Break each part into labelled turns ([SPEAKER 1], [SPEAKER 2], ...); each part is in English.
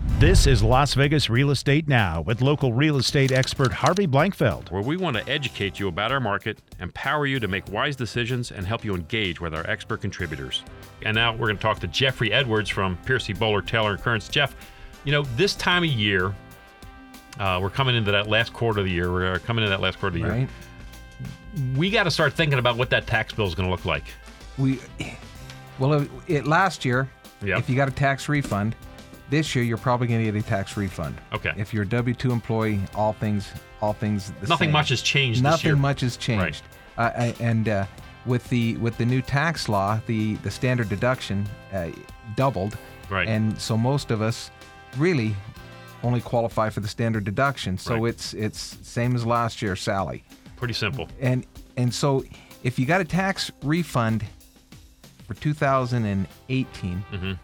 [SPEAKER 1] This is Las Vegas Real Estate Now with local real estate expert Harvey Blankfeld.
[SPEAKER 2] where we want to educate you about our market, empower you to make wise decisions, and help you engage with our expert contributors. And now we're going to talk to Jeffrey Edwards from Piercy Bowler Taylor and Kearns. Jeff, you know this time of year, uh, we're coming into that last quarter of the year. We're coming into that last quarter of the year.
[SPEAKER 3] right?
[SPEAKER 2] We got to start thinking about what that tax bill is going to look like.
[SPEAKER 3] We, well, it, it last year,
[SPEAKER 2] Yep.
[SPEAKER 3] if you got a tax refund, this year you're probably going to get a tax refund.
[SPEAKER 2] Okay.
[SPEAKER 3] If you're a W two employee, all things, all things. The
[SPEAKER 2] Nothing
[SPEAKER 3] same.
[SPEAKER 2] much has changed
[SPEAKER 3] Nothing
[SPEAKER 2] this year.
[SPEAKER 3] much has changed. Uh, I- and uh, with the with the new tax law, the the standard deduction uh, doubled.
[SPEAKER 2] Right.
[SPEAKER 3] And so most of us really only qualify for the standard deduction. So
[SPEAKER 2] Right.
[SPEAKER 3] it's it's same as last year, Sally.
[SPEAKER 2] Pretty simple.
[SPEAKER 3] And and so if you got a tax refund for 2018,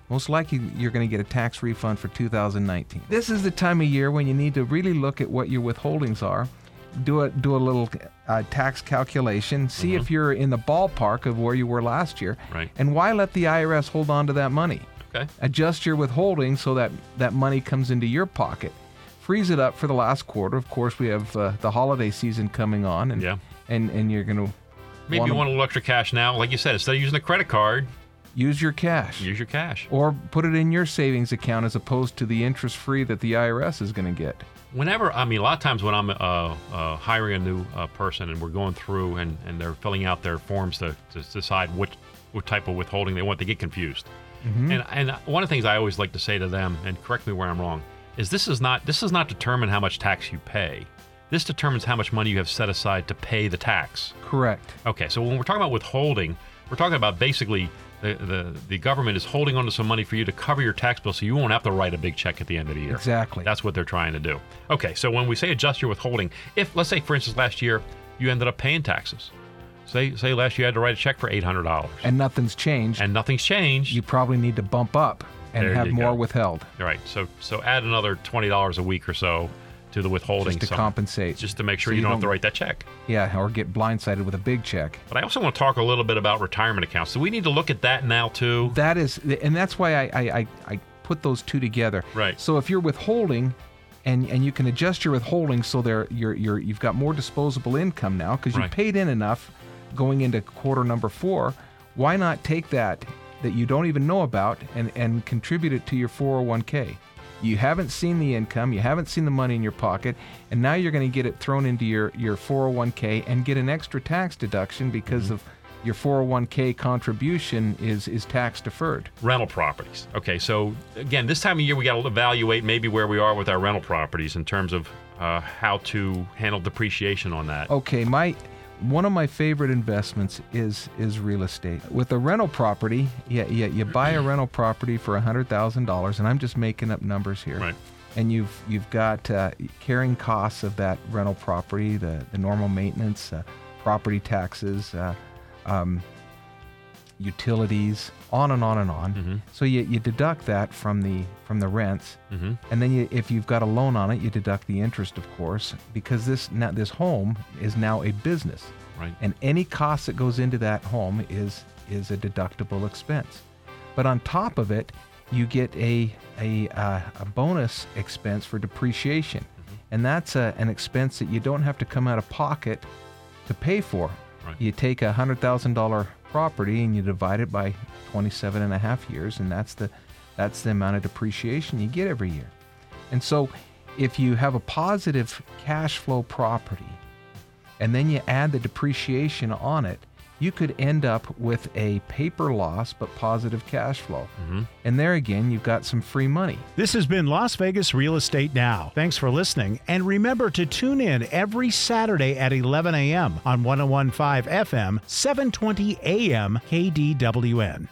[SPEAKER 3] most likely you're going to get a tax refund for 2019. This is the time of year when you need to really look at what your withholdings are. Do a do a little uh, tax calculation. See if you're in the ballpark of where you were last year.
[SPEAKER 2] Right.
[SPEAKER 3] And why let the IRS hold on to that money?
[SPEAKER 2] Okay.
[SPEAKER 3] Adjust your withholding so that that money comes into your pocket. Freeze it up for the last quarter. Of course, we have uh, the holiday season coming on, and
[SPEAKER 2] Yeah.
[SPEAKER 3] and and you're going to
[SPEAKER 2] Maybe you want a little extra cash now. Like you said, instead of using a credit card,
[SPEAKER 3] use your cash
[SPEAKER 2] use your cash.
[SPEAKER 3] or put it in your savings account as opposed to the interest free that the IRS is going to get.
[SPEAKER 2] whenever i mean a lot of times when i'm uh, uh, hiring a new uh, person and we're going through and, and they're filling out their forms to, to decide which, what type of withholding they want they get confused and, and one of the things i always like to say to them and correct me where i'm wrong is this is not this does not determine how much tax you pay this determines how much money you have set aside to pay the tax
[SPEAKER 3] Correct.
[SPEAKER 2] Okay, so when we're talking about withholding, we're talking about basically the, the, the government is holding onto some money for you to cover your tax bill so you won't have to write a big check at the end of the year.
[SPEAKER 3] Exactly.
[SPEAKER 2] That's what they're trying to do. Okay, so when we say adjust your withholding, if, let's say, for instance, last year you ended up paying taxes. Say, say last year you had to write a check for $800 and,
[SPEAKER 3] And nothing's changed.
[SPEAKER 2] nothing's changed.
[SPEAKER 3] you probably need to bump up and
[SPEAKER 2] There
[SPEAKER 3] have
[SPEAKER 2] you
[SPEAKER 3] more
[SPEAKER 2] go.
[SPEAKER 3] withheld
[SPEAKER 2] All right, so, so add another $20 a week or so to the withholding.
[SPEAKER 3] just to
[SPEAKER 2] so-
[SPEAKER 3] compensate.
[SPEAKER 2] Just to make sure
[SPEAKER 3] So
[SPEAKER 2] you,
[SPEAKER 3] you
[SPEAKER 2] don't have to
[SPEAKER 3] don't-
[SPEAKER 2] write that check.
[SPEAKER 3] yeah, or get blindsided with a big check.
[SPEAKER 2] But I also want to talk a little bit about retirement accounts. So we need to look at that now, too.
[SPEAKER 3] That is, and that's why I, I, I, I put those two together.
[SPEAKER 2] Right.
[SPEAKER 3] So if you're withholding, and and you can adjust your withholding so there you're you're you've got more disposable income now because
[SPEAKER 2] Right.
[SPEAKER 3] you paid in enough going into quarter number four. Why not take that that you don't even know about and and contribute it to your 401k? You haven't seen the income, you haven't seen the money in your pocket, and now you're going to get it thrown into your your 401k and get an extra tax deduction because of your 401k contribution is is tax deferred.
[SPEAKER 2] rental properties. Okay, so again, this time of year we got to evaluate maybe where we are with our rental properties in terms of uh, how to handle depreciation on that.
[SPEAKER 3] okay my one of my favorite investments is is real estate with a rental property yeah yeah you buy a rental property for $100000 and i'm just making up numbers here
[SPEAKER 2] Right.
[SPEAKER 3] and you've you've got uh, carrying costs of that rental property the the normal maintenance uh, property taxes uh, um, utilities on and on and on so you, you deduct that from the from the rents and then you, if you've got a loan on it, you deduct the interest, of course, because this now, this home is now a business,
[SPEAKER 2] Right.
[SPEAKER 3] and any cost that goes into that home is is a deductible expense. But on top of it, you get a a, uh, a bonus expense for depreciation, and that's a, an expense that you don't have to come out of pocket to pay for.
[SPEAKER 2] Right.
[SPEAKER 3] You take a hundred thousand dollar property and you divide it by 27 and a half years, and that's the that's the amount of depreciation you get every year. And so, if you have a positive cash flow property, and then you add the depreciation on it, you could end up with a paper loss but positive cash flow. And there again, you've got some free money.
[SPEAKER 1] This has been Las Vegas Real Estate Now. Thanks for listening, and remember to tune in every Saturday at oh 11 a.m. on 1015 FM, 720 a.m. KDWN.